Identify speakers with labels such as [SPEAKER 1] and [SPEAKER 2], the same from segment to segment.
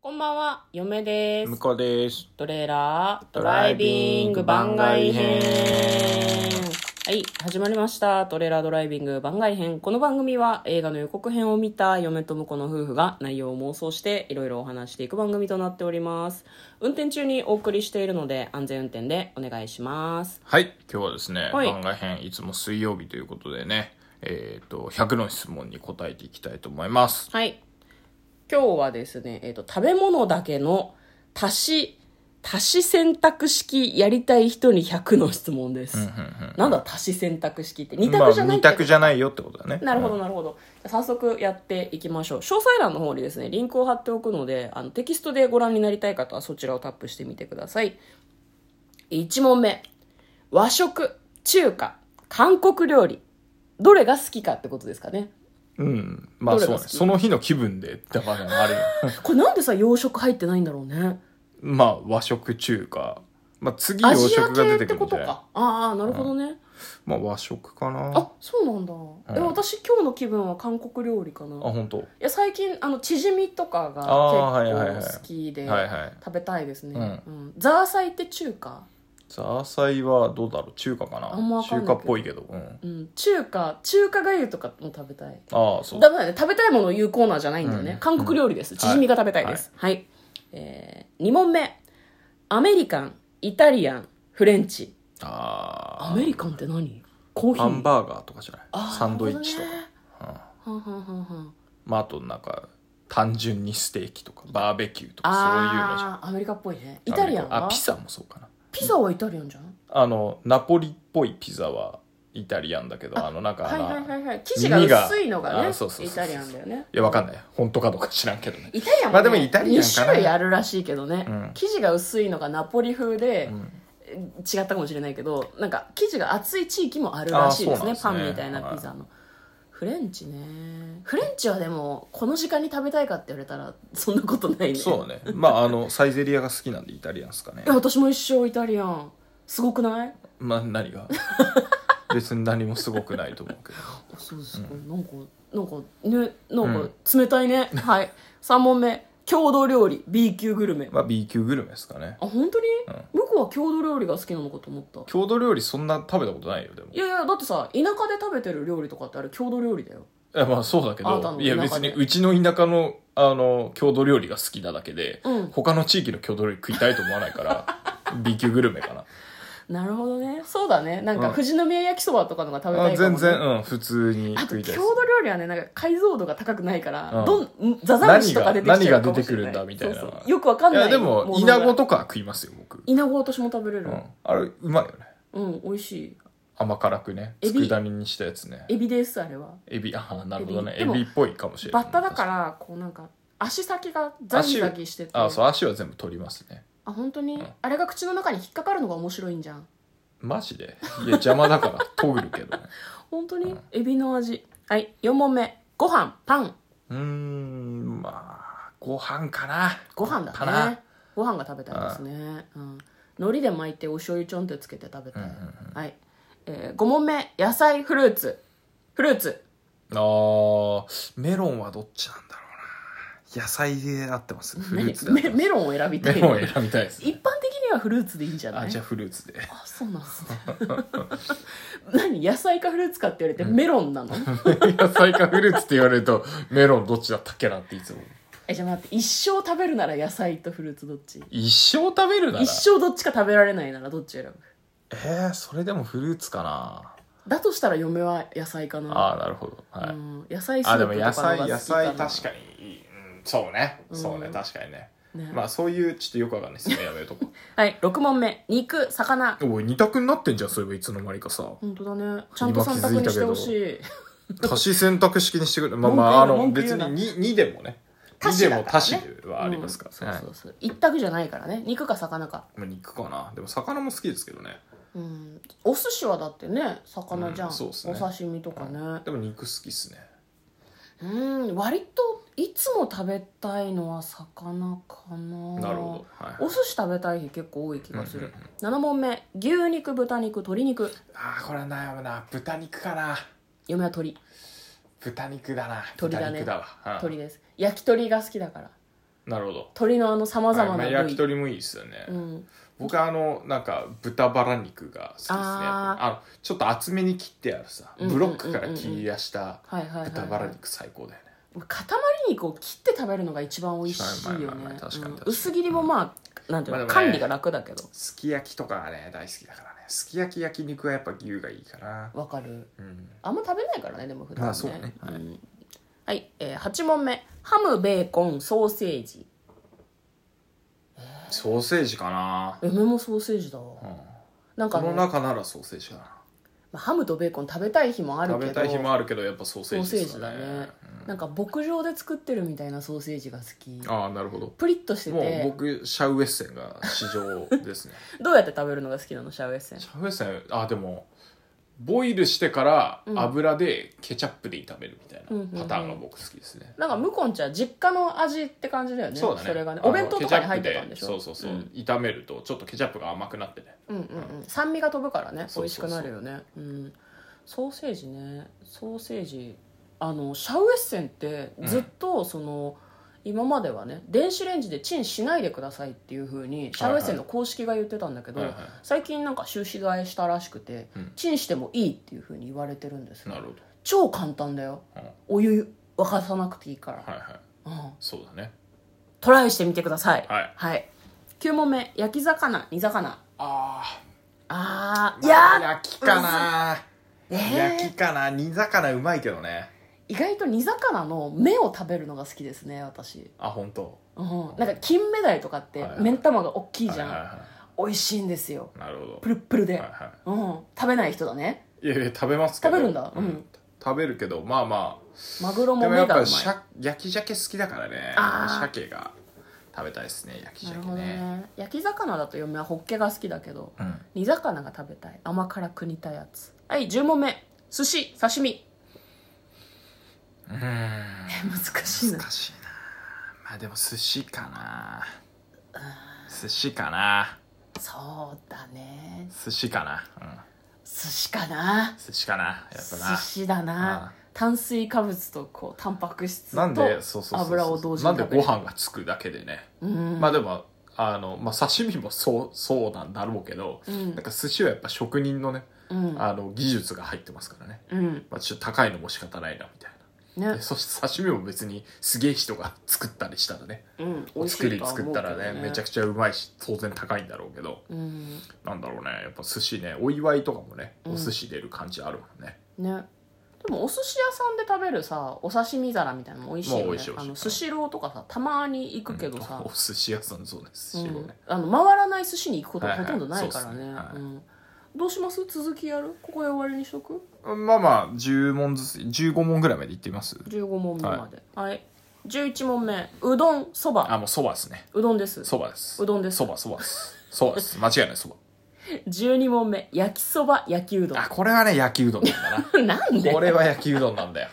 [SPEAKER 1] こんばんは、嫁です
[SPEAKER 2] 向。こうです。
[SPEAKER 1] トレーラード
[SPEAKER 2] ド
[SPEAKER 1] ラ
[SPEAKER 2] ラ
[SPEAKER 1] イ
[SPEAKER 2] イ
[SPEAKER 1] ビ
[SPEAKER 2] ビ
[SPEAKER 1] ン
[SPEAKER 2] ン
[SPEAKER 1] グ
[SPEAKER 2] グ
[SPEAKER 1] 番
[SPEAKER 2] 番
[SPEAKER 1] 外
[SPEAKER 2] 外
[SPEAKER 1] 編
[SPEAKER 2] 編。
[SPEAKER 1] はい、始まりました。トレーラードライビング番外編。この番組は映画の予告編を見た嫁と婿の夫婦が内容を妄想していろいろお話していく番組となっております。運転中にお送りしているので安全運転でお願いします。
[SPEAKER 2] はい、今日はですね、
[SPEAKER 1] はい
[SPEAKER 2] 番外編、いつも水曜日ということでね、えっ、と、100の質問に答えていきたいと思います。
[SPEAKER 1] はい。今日はですね、えっ、と、食べ物だけの足し、足し選択式やりたい人に100の質問です。なんだ足し選択式って。2択じゃない
[SPEAKER 2] まあ
[SPEAKER 1] って、
[SPEAKER 2] 二択じゃないよってことだね。
[SPEAKER 1] なるほど、なるほど。じゃあ早速やっていきましょう。詳細欄の方にですね、リンクを貼っておくので、あのテキストでご覧になりたい方はそちらをタップしてみてください。1問目。和食、中華、韓国料理。どれが好きかってことですかね。
[SPEAKER 2] うん。うん。まあ
[SPEAKER 1] どれ
[SPEAKER 2] そう
[SPEAKER 1] が
[SPEAKER 2] ね
[SPEAKER 1] 好き。
[SPEAKER 2] その日の気分で、だからあるよ。
[SPEAKER 1] これなんでさ、洋食入ってないんだろうね。
[SPEAKER 2] まあ和食中華。まあ次
[SPEAKER 1] ア
[SPEAKER 2] 洋
[SPEAKER 1] ジア
[SPEAKER 2] 食が
[SPEAKER 1] 系
[SPEAKER 2] 出
[SPEAKER 1] ってて
[SPEAKER 2] くる
[SPEAKER 1] こ
[SPEAKER 2] んじ
[SPEAKER 1] と
[SPEAKER 2] ゃない
[SPEAKER 1] か。ああ、なるほどね。
[SPEAKER 2] まあ和食かな。
[SPEAKER 1] あ、そうなんだ。え、
[SPEAKER 2] うん
[SPEAKER 1] 私今日の気分は韓国料理かな。
[SPEAKER 2] あ、本当。
[SPEAKER 1] いや最近あのチヂミとか
[SPEAKER 2] あー
[SPEAKER 1] が
[SPEAKER 2] はいはいはい
[SPEAKER 1] 結構好きで
[SPEAKER 2] はいはい
[SPEAKER 1] 食べたいですね、
[SPEAKER 2] う
[SPEAKER 1] うんザーサイって中華、
[SPEAKER 2] ザーサイはどうだろう中華かな
[SPEAKER 1] あんまわかんな
[SPEAKER 2] 中
[SPEAKER 1] い
[SPEAKER 2] 華っぽいけど。うん。
[SPEAKER 1] うん、中華中華粥とかも食べたい
[SPEAKER 2] ああ、そう。
[SPEAKER 1] ダメだね食べたいものを言うコーナーじゃないんだよね、
[SPEAKER 2] うん
[SPEAKER 1] 韓国料理ですチヂミが食べたいですはい、えー、2問目アメリカンイタリアンフレンチ
[SPEAKER 2] あ
[SPEAKER 1] アメリカンって何コーヒ
[SPEAKER 2] あ。
[SPEAKER 1] ー
[SPEAKER 2] ハンバーガーとかじゃな
[SPEAKER 1] あ
[SPEAKER 2] い
[SPEAKER 1] ー
[SPEAKER 2] サンドイッチとか。
[SPEAKER 1] なる
[SPEAKER 2] うん
[SPEAKER 1] ほどねはんはんはんはん
[SPEAKER 2] まあ、あとなんか単純にステーキとかバーベキューとかそういうのじゃん
[SPEAKER 1] ああアメリカっぽいねイタリアン
[SPEAKER 2] あ
[SPEAKER 1] は
[SPEAKER 2] ピザもそうかな
[SPEAKER 1] ピザはイタリアンじゃん
[SPEAKER 2] あのナポリっぽいピザはイタリアンだけどあのなんか
[SPEAKER 1] はい
[SPEAKER 2] な、
[SPEAKER 1] はいはい
[SPEAKER 2] い
[SPEAKER 1] はい生地が薄いのが
[SPEAKER 2] 耳が
[SPEAKER 1] ね
[SPEAKER 2] あそうそうそう
[SPEAKER 1] イタリアンだよね
[SPEAKER 2] やわかんない本当かどうか知らんけどね
[SPEAKER 1] イタリアンも、ね
[SPEAKER 2] まあでもイタリアンか
[SPEAKER 1] 2
[SPEAKER 2] な
[SPEAKER 1] 種類あるらしいけどね、
[SPEAKER 2] うん
[SPEAKER 1] 生地が薄いのがナポリ風で、
[SPEAKER 2] ん
[SPEAKER 1] 違ったかもしれないけどなんか生地が厚い地域もあるらしいですね
[SPEAKER 2] あーそ
[SPEAKER 1] パ
[SPEAKER 2] うなんですね
[SPEAKER 1] ンみたいなピザの、フレンチねフレンチはでもこの時間に食べたいかって言われたらそんなことないね
[SPEAKER 2] そうねまああのサイゼリアが好きなんでイタリアンですかね
[SPEAKER 1] いや私も一生イタリアンすごくない
[SPEAKER 2] まあ 何が別に何もすごくないと思うけど
[SPEAKER 1] あそうですか、なんかなんかねなんか冷たいね、はい3問目郷土料理 B 級グルメ
[SPEAKER 2] まあ B 級グルメですかね
[SPEAKER 1] あ本当に、
[SPEAKER 2] うん
[SPEAKER 1] 向こうは郷土料理が好きなのかと思った
[SPEAKER 2] 郷土料理そんな食べたことないよでも
[SPEAKER 1] いやいやだってさ田舎で食べてる料理とかってあれ郷土料理だよ
[SPEAKER 2] いやまあそうだけ
[SPEAKER 1] あなたの
[SPEAKER 2] ど
[SPEAKER 1] 田舎で
[SPEAKER 2] いや別にうちの田舎のあの郷土料理が好きなだけで、
[SPEAKER 1] うん
[SPEAKER 2] 他の地域の郷土料理食いたいと思わないから B 級グルメかな
[SPEAKER 1] なるほどねそうだねなんか
[SPEAKER 2] うん
[SPEAKER 1] 富士宮焼きそばとかのが食べた
[SPEAKER 2] あ
[SPEAKER 1] いかも、ね
[SPEAKER 2] 全、然うん普通に
[SPEAKER 1] あと
[SPEAKER 2] 食
[SPEAKER 1] 郷土
[SPEAKER 2] いたいです
[SPEAKER 1] 料理はねなんか解像度が高くないから、
[SPEAKER 2] うん
[SPEAKER 1] どんザザムシとか出てきちゃうかもしれない
[SPEAKER 2] 何が何が出てくるんだみたいな
[SPEAKER 1] そうそうよくわかん
[SPEAKER 2] い
[SPEAKER 1] ない
[SPEAKER 2] やでもイナゴとかは食いますよ僕、
[SPEAKER 1] イナゴ私も食べれ
[SPEAKER 2] う
[SPEAKER 1] る
[SPEAKER 2] ん、あれうまいよね
[SPEAKER 1] うん、美味しい
[SPEAKER 2] 甘辛くね
[SPEAKER 1] エビ
[SPEAKER 2] 佃煮にしたやつね
[SPEAKER 1] エビですあれは
[SPEAKER 2] エビああなるほどね
[SPEAKER 1] エビで
[SPEAKER 2] エ
[SPEAKER 1] も
[SPEAKER 2] ビっぽいかもしれな
[SPEAKER 1] バ
[SPEAKER 2] い
[SPEAKER 1] ッタだからこうなんか足先がザギザギしてて
[SPEAKER 2] あそう足は全部取りますね
[SPEAKER 1] あ本当に、
[SPEAKER 2] ん
[SPEAKER 1] あれが口の中に引っかかるのが面白いんじゃん
[SPEAKER 2] マジでいや邪魔だ から研ぐるけどね
[SPEAKER 1] 本当にエビの味はい4問目ご飯パン
[SPEAKER 2] うーんまあご飯かな
[SPEAKER 1] ご飯
[SPEAKER 2] か
[SPEAKER 1] だ
[SPEAKER 2] な
[SPEAKER 1] ねご飯が食べたいですねうん海苔で巻いてお醤油ちょんってつけて食べたい、
[SPEAKER 2] うんうん
[SPEAKER 1] はい、えー、5問目野菜フルーツフルーツ
[SPEAKER 2] あーメロンはどっちなんだろうな野菜で合ってますフルーツで合っ
[SPEAKER 1] 何
[SPEAKER 2] て
[SPEAKER 1] メ
[SPEAKER 2] ます
[SPEAKER 1] メロンを選びたい
[SPEAKER 2] メ
[SPEAKER 1] の
[SPEAKER 2] ロン選びたいです
[SPEAKER 1] 一般的にはフルーツでいいんじゃな
[SPEAKER 2] あ
[SPEAKER 1] い
[SPEAKER 2] じゃあフルー ツで
[SPEAKER 1] あそうなんですね何野菜かフルーツかって言われてメロンなの、
[SPEAKER 2] 野菜かフルーツって言われるとメロンどっちだったっけなっていつも
[SPEAKER 1] えじゃあ待って一生食べるなら野菜とフルーツどっち
[SPEAKER 2] 一生食べるなら
[SPEAKER 1] 一生どっちか食べられないならどっち選ぶ
[SPEAKER 2] えー、それでもフルーツかな
[SPEAKER 1] だとしたら嫁は野菜かな
[SPEAKER 2] ああなるほどはい、
[SPEAKER 1] うん、野菜ス
[SPEAKER 2] あ
[SPEAKER 1] ー
[SPEAKER 2] で
[SPEAKER 1] プ
[SPEAKER 2] も
[SPEAKER 1] とかの
[SPEAKER 2] 野菜
[SPEAKER 1] 方が
[SPEAKER 2] 野
[SPEAKER 1] 好きかな
[SPEAKER 2] 菜確かに、うん、そうねそうね、
[SPEAKER 1] うん
[SPEAKER 2] 確かにね
[SPEAKER 1] ね
[SPEAKER 2] まあそういうちょっとよくわかんないですねやめようとこ
[SPEAKER 1] はい6問目肉魚
[SPEAKER 2] おい二択になってんじゃんそういえばいつの間にかさ
[SPEAKER 1] 本当だねちゃんと
[SPEAKER 2] 今気
[SPEAKER 1] 三択
[SPEAKER 2] づい
[SPEAKER 1] に
[SPEAKER 2] た
[SPEAKER 1] し
[SPEAKER 2] け
[SPEAKER 1] て
[SPEAKER 2] ど
[SPEAKER 1] ほしい
[SPEAKER 2] 足し選択式にしてくれまあまああ
[SPEAKER 1] 文句言うな
[SPEAKER 2] の
[SPEAKER 1] 文句言
[SPEAKER 2] 別
[SPEAKER 1] うな
[SPEAKER 2] に 2, 2でもね
[SPEAKER 1] 多
[SPEAKER 2] 2
[SPEAKER 1] 種
[SPEAKER 2] で
[SPEAKER 1] だ
[SPEAKER 2] も
[SPEAKER 1] から
[SPEAKER 2] 多
[SPEAKER 1] ね
[SPEAKER 2] 種はありますから、
[SPEAKER 1] うん
[SPEAKER 2] ね
[SPEAKER 1] そう
[SPEAKER 2] は
[SPEAKER 1] そうそう一択じゃないからね肉か魚か
[SPEAKER 2] いまあ肉かなでも魚も好きですけどね
[SPEAKER 1] うんお寿司はだってね魚じゃん、
[SPEAKER 2] うんそうっすね
[SPEAKER 1] お刺身とかね
[SPEAKER 2] でも肉好きっすね
[SPEAKER 1] うん割といつも食べたいのは魚かな
[SPEAKER 2] なるほど、はい、
[SPEAKER 1] お寿司食べたい日結構多い気がする、7問目牛肉豚肉鶏肉
[SPEAKER 2] ああこれは悩むな豚肉かな
[SPEAKER 1] 嫁は鶏
[SPEAKER 2] 豚肉だな
[SPEAKER 1] 鶏だね
[SPEAKER 2] 豚肉だわ、うん
[SPEAKER 1] 鶏です焼き鳥が好きだから
[SPEAKER 2] なるほど
[SPEAKER 1] 鶏のあのさまざま
[SPEAKER 2] は
[SPEAKER 1] ない部
[SPEAKER 2] まあ焼
[SPEAKER 1] 位、
[SPEAKER 2] き鳥もいいですよね、
[SPEAKER 1] うん、
[SPEAKER 2] 僕はあのなんか豚バラ肉が好きですね
[SPEAKER 1] あ
[SPEAKER 2] あのちょっと厚めに切ってあるさ
[SPEAKER 1] うんうん
[SPEAKER 2] ブ
[SPEAKER 1] うんうん
[SPEAKER 2] ロックから切り出した
[SPEAKER 1] はいはいはいはい
[SPEAKER 2] 豚バラ肉最高だよね
[SPEAKER 1] 塊肉を切って食べるのが一番美味しいよね
[SPEAKER 2] まあまあまあまあ確かに
[SPEAKER 1] うん
[SPEAKER 2] 確かに
[SPEAKER 1] 薄切りもまあなんていうの、
[SPEAKER 2] まあでもね
[SPEAKER 1] 管理が楽だけど
[SPEAKER 2] すき焼きとかがね大好きだからねすき焼き焼肉はやっぱ牛がいいかな
[SPEAKER 1] わかる
[SPEAKER 2] うん
[SPEAKER 1] あんま食べないからねでも普段ね
[SPEAKER 2] まあそうねはい
[SPEAKER 1] んはいえー、8問目ハムベーコンソーセージ
[SPEAKER 2] ソーセージかな、
[SPEAKER 1] 梅もソーセージだわ
[SPEAKER 2] うん、
[SPEAKER 1] なんか
[SPEAKER 2] こ
[SPEAKER 1] あの
[SPEAKER 2] の中ならソーセージかな
[SPEAKER 1] まあハムとベーコン食べたい日もある
[SPEAKER 2] 食
[SPEAKER 1] けど
[SPEAKER 2] べたい日もあるけどやっぱソーセ
[SPEAKER 1] ソー
[SPEAKER 2] ージ
[SPEAKER 1] セ
[SPEAKER 2] で
[SPEAKER 1] ー
[SPEAKER 2] す
[SPEAKER 1] ジ
[SPEAKER 2] か
[SPEAKER 1] だ
[SPEAKER 2] ね
[SPEAKER 1] ね、なんか牧場で作ってるみたいなソーセージが好き
[SPEAKER 2] ああなるほど
[SPEAKER 1] プリッとして
[SPEAKER 2] もう
[SPEAKER 1] て
[SPEAKER 2] 僕シャウエッセンが市場で すね
[SPEAKER 1] どうやって食べるのが好きなのシャウエッセン
[SPEAKER 2] シャウエッセンあでもボイルしてから
[SPEAKER 1] うん
[SPEAKER 2] 油でケチャップで炒めるみたい
[SPEAKER 1] うんうんうん
[SPEAKER 2] なパターンが僕好きですね、
[SPEAKER 1] なんか向こうんちは実家の味って感じだよね
[SPEAKER 2] そうだね
[SPEAKER 1] れがね
[SPEAKER 2] あの
[SPEAKER 1] お弁当とかに入ってたんでしょ
[SPEAKER 2] ケチャップそうそうそう、
[SPEAKER 1] ん
[SPEAKER 2] 炒めるとちょっとケチャップが甘くなってね
[SPEAKER 1] うんうんうん、酸味が飛ぶからね美
[SPEAKER 2] そう
[SPEAKER 1] 味し
[SPEAKER 2] そ
[SPEAKER 1] く
[SPEAKER 2] うそう
[SPEAKER 1] なるよねうんソーセージねソーセージあのシャウエッセンってずっとその、今まではね電子レンジでチンしないでくださいっていうふうにシャウエッセンの公式が言ってたんだけど、
[SPEAKER 2] はいはい
[SPEAKER 1] 最近なんか収支替えしたらしくて、
[SPEAKER 2] うん
[SPEAKER 1] チンしてもいいっていうふうに言われてるんですよ
[SPEAKER 2] なるほど
[SPEAKER 1] 超簡単だよ、
[SPEAKER 2] うん
[SPEAKER 1] お湯沸かさなくていいから、
[SPEAKER 2] はいはい
[SPEAKER 1] うん、
[SPEAKER 2] そうだね
[SPEAKER 1] トライしてみてください
[SPEAKER 2] はい
[SPEAKER 1] はい、9問目焼き魚煮魚
[SPEAKER 2] あ
[SPEAKER 1] あ
[SPEAKER 2] あ
[SPEAKER 1] ーいやー
[SPEAKER 2] 焼きかな、
[SPEAKER 1] え
[SPEAKER 2] 焼
[SPEAKER 1] ー
[SPEAKER 2] き、かな煮魚うまいけどね
[SPEAKER 1] 意外と煮魚の目を食べるのが好きですね私、
[SPEAKER 2] あ本当
[SPEAKER 1] うん、なんか金目鯛とかって
[SPEAKER 2] はいはい
[SPEAKER 1] 目ん玉が大きいじゃん、
[SPEAKER 2] はいはいは
[SPEAKER 1] 美味しいんですよ
[SPEAKER 2] いなるほど
[SPEAKER 1] プルップルで、
[SPEAKER 2] はいは
[SPEAKER 1] うん、食べない人だね
[SPEAKER 2] いいやいや食べますけど
[SPEAKER 1] 食べるんだうん
[SPEAKER 2] 食べるけどまあま
[SPEAKER 1] マグロ
[SPEAKER 2] あ
[SPEAKER 1] も
[SPEAKER 2] でも
[SPEAKER 1] 目
[SPEAKER 2] やっ
[SPEAKER 1] がうま
[SPEAKER 2] ぱ
[SPEAKER 1] い
[SPEAKER 2] しゃ焼き鮭好きだからね
[SPEAKER 1] あー
[SPEAKER 2] 鮭が食べたいですね焼き
[SPEAKER 1] なる
[SPEAKER 2] 鮭
[SPEAKER 1] ほど
[SPEAKER 2] ね
[SPEAKER 1] ね焼き魚だと嫁はホッケが好きだけど
[SPEAKER 2] うん
[SPEAKER 1] 煮魚が食べたい甘辛く煮たやつはい10問目寿司刺身
[SPEAKER 2] うーん
[SPEAKER 1] 難しいな
[SPEAKER 2] 難しいなまあでも寿司かな寿司かな
[SPEAKER 1] そうだね
[SPEAKER 2] 寿司かなうん
[SPEAKER 1] 寿司かな
[SPEAKER 2] 寿司かなやっぱな
[SPEAKER 1] 寿司だな炭水化物とこうタンパク質と
[SPEAKER 2] なんでそうそうそうそう
[SPEAKER 1] 油を同時に
[SPEAKER 2] なんで
[SPEAKER 1] 食べ
[SPEAKER 2] ご
[SPEAKER 1] る
[SPEAKER 2] 飯がつくだけでね
[SPEAKER 1] うん
[SPEAKER 2] まあでもあの、まあ、刺身もそうそうなんだろうけど、
[SPEAKER 1] うん
[SPEAKER 2] なんか寿司はやっぱ職人のね、
[SPEAKER 1] うん
[SPEAKER 2] あの技術が入ってますからね、
[SPEAKER 1] うん
[SPEAKER 2] まあ、ちょっと高いのも仕方ないなみたいな
[SPEAKER 1] ね
[SPEAKER 2] でそして刺身も別にすげえ人が作ったりしたらね
[SPEAKER 1] うん美
[SPEAKER 2] お
[SPEAKER 1] 味し
[SPEAKER 2] 作
[SPEAKER 1] い
[SPEAKER 2] り
[SPEAKER 1] とは思う
[SPEAKER 2] 作
[SPEAKER 1] けど
[SPEAKER 2] ったらねめちゃくちゃうまいし当然高いんだろうけど
[SPEAKER 1] うん
[SPEAKER 2] なんだろうねやっぱ寿司ねお祝いとかもね
[SPEAKER 1] うん
[SPEAKER 2] お寿司出る感じあるもんね、
[SPEAKER 1] ねでもお寿司屋さんで食べるさお刺身皿みたいなのも美味しい
[SPEAKER 2] まあ
[SPEAKER 1] よ
[SPEAKER 2] 美
[SPEAKER 1] ね
[SPEAKER 2] 味しい美
[SPEAKER 1] あ
[SPEAKER 2] 味しい
[SPEAKER 1] のスシローとかさたまに行くけどさ
[SPEAKER 2] お寿司屋さんそうね寿司をね、
[SPEAKER 1] うんあの回らない寿司に行くことはほとんどないからね,、
[SPEAKER 2] はいはいそうっすね
[SPEAKER 1] うん、どうします続きやるここで終わりにしとく
[SPEAKER 2] まあまあ10問ずつ15問ぐらいまでいってみます
[SPEAKER 1] 15問目まではい、11問目うどんそば
[SPEAKER 2] あもうそばですね
[SPEAKER 1] うどんです
[SPEAKER 2] そばです
[SPEAKER 1] うどんです
[SPEAKER 2] そばそばですそばです間違いないそば
[SPEAKER 1] 12問目焼きそば焼きうどん
[SPEAKER 2] あこれはね焼きうどんなんだ
[SPEAKER 1] なん
[SPEAKER 2] な
[SPEAKER 1] で
[SPEAKER 2] これは焼きうどんなんだよ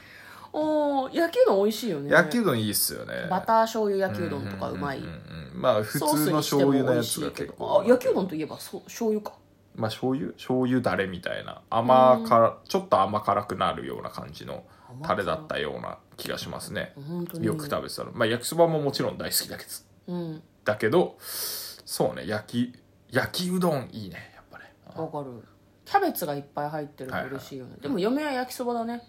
[SPEAKER 1] おー焼きうどん美味しいよね
[SPEAKER 2] 焼きうどんいいっすよね
[SPEAKER 1] バター醤油焼きうどんとかうまい
[SPEAKER 2] んんうんまあ普通の醤油のやつが結構
[SPEAKER 1] あ焼きうどんといえばそう醤油か
[SPEAKER 2] まあ醤油醤油だれみたいな甘からちょっと甘辛くなるような感じの
[SPEAKER 1] 甘辛
[SPEAKER 2] タレだったような気がしますね
[SPEAKER 1] 本当に
[SPEAKER 2] よく食べてたのまあ焼きそばももちろん大好きだけど
[SPEAKER 1] うん
[SPEAKER 2] だけどそうね焼き焼きうどんいいねやっぱね
[SPEAKER 1] わかるキャベツがいっぱい入ってる
[SPEAKER 2] はい
[SPEAKER 1] と
[SPEAKER 2] はい
[SPEAKER 1] 嬉しいよね、でも嫁は焼きそばだね、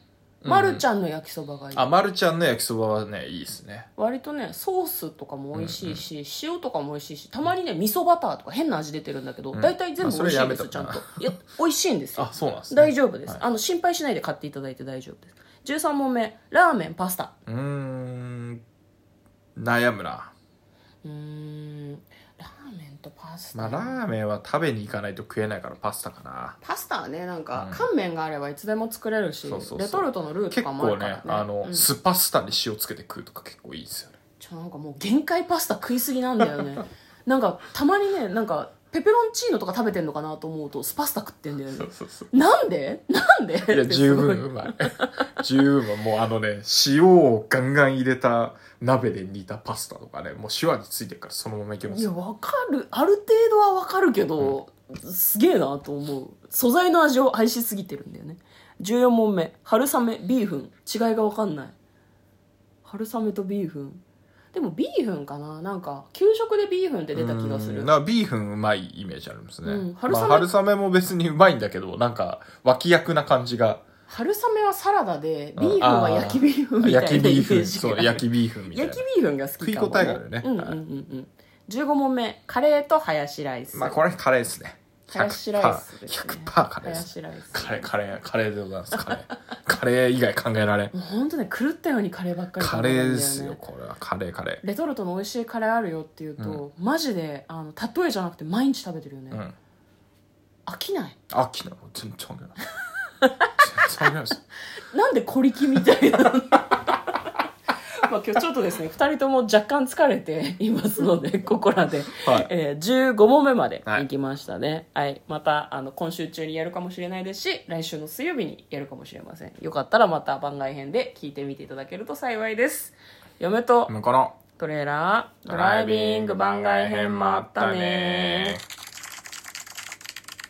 [SPEAKER 1] まるちゃんの焼きそばがいい
[SPEAKER 2] あまるちゃんの焼きそばはねいいですね
[SPEAKER 1] 割とねソースとかも美味しいし、塩とかも美味しいしたまにね味噌バターとか変な味出てるんだけど、大体全部美味しいんですよ
[SPEAKER 2] あ
[SPEAKER 1] ちゃ
[SPEAKER 2] そ
[SPEAKER 1] ん
[SPEAKER 2] れやめ
[SPEAKER 1] と
[SPEAKER 2] と
[SPEAKER 1] いや 美味しいんですよ
[SPEAKER 2] あそうなんですね
[SPEAKER 1] 大丈夫です、あの心配しないで買っていただいて大丈夫です13問目ラーメンパスタ
[SPEAKER 2] うーん悩むな
[SPEAKER 1] うーんラーメンとパスタ、
[SPEAKER 2] まあラーメンは食べに行かないと食えないからパスタかな
[SPEAKER 1] パスタはねなんか、乾麺があればいつでも作れるし
[SPEAKER 2] そうそうそう
[SPEAKER 1] レトルトのルーと
[SPEAKER 2] 結
[SPEAKER 1] かもあ
[SPEAKER 2] 構
[SPEAKER 1] るか
[SPEAKER 2] ね
[SPEAKER 1] ら、ね、
[SPEAKER 2] あの、
[SPEAKER 1] うん
[SPEAKER 2] 酢パスタに塩つけて食うとか結構いいですよね
[SPEAKER 1] ちょなんかもう限界パスタ食いすぎなんだよねなんかたまにねなんかペペロンチーノとか食べてんのかなと思うとスパスタ食ってんだよね
[SPEAKER 2] そう そう
[SPEAKER 1] なんでなんで
[SPEAKER 2] いや十分
[SPEAKER 1] って
[SPEAKER 2] うまい 十分うまいもうあのね塩をガンガン入れた鍋で煮たパスタとかねもう手話についてるからそのままいけます
[SPEAKER 1] すごいいや
[SPEAKER 2] よ
[SPEAKER 1] わかるある程度はわかるけど、すげえなと思う素材の味を愛しすぎてるんだよね14問目春雨ビーフン違いがわかんない春雨とビーフンでもビーフンかななんか給食でビーフンって出た気がす
[SPEAKER 2] う
[SPEAKER 1] る
[SPEAKER 2] んなんかビーフンうまいイメージありますね、
[SPEAKER 1] うん春
[SPEAKER 2] 春
[SPEAKER 1] 雨
[SPEAKER 2] 雨まあ、春雨も別にうまいんだけどなんか脇役な感じが
[SPEAKER 1] 春雨はサラダでビ
[SPEAKER 2] うん
[SPEAKER 1] ーフンは焼きビーフンみたいな
[SPEAKER 2] 焼きビー
[SPEAKER 1] イ
[SPEAKER 2] フ
[SPEAKER 1] メ
[SPEAKER 2] ン
[SPEAKER 1] ジ
[SPEAKER 2] そ
[SPEAKER 1] が
[SPEAKER 2] う焼きビーフンみたい
[SPEAKER 1] 焼
[SPEAKER 2] な
[SPEAKER 1] きビーフンが好きかも
[SPEAKER 2] 食い応えがあるね
[SPEAKER 1] うんうんうんうん15問目カレーとハヤシライス
[SPEAKER 2] まあこれカレーですね
[SPEAKER 1] ハヤシライスですね
[SPEAKER 2] 100%
[SPEAKER 1] ハ
[SPEAKER 2] カレーで
[SPEAKER 1] ヤ
[SPEAKER 2] す
[SPEAKER 1] シライス
[SPEAKER 2] カレーカレーカレーでございますカレーカレー以外考えられん
[SPEAKER 1] もう本当ね狂ったようにカレーばっかり
[SPEAKER 2] カ
[SPEAKER 1] 食べて
[SPEAKER 2] レ
[SPEAKER 1] たんだね
[SPEAKER 2] ーですよこれはカレーカレ
[SPEAKER 1] レトルトの美味しいカレーあるよっていうと、マジであの例えじゃなくて毎日食べてるよね、
[SPEAKER 2] ーうん
[SPEAKER 1] 飽きない
[SPEAKER 2] 秋の全然関係ない全然関係ないです
[SPEAKER 1] なんで小力みたいなまあ今日ちょっとですね2人とも若干疲れていますのでここらで、
[SPEAKER 2] はい
[SPEAKER 1] えー15問目まで行きましたね、はいまたあの今週中にやるかもしれないですし来週の水曜日にやるかもしれませんよかったらまた番外編で聞いてみていただけると幸いです嫁と
[SPEAKER 2] 向こうの
[SPEAKER 1] トレーラードライビング番外編もあったね
[SPEAKER 2] ー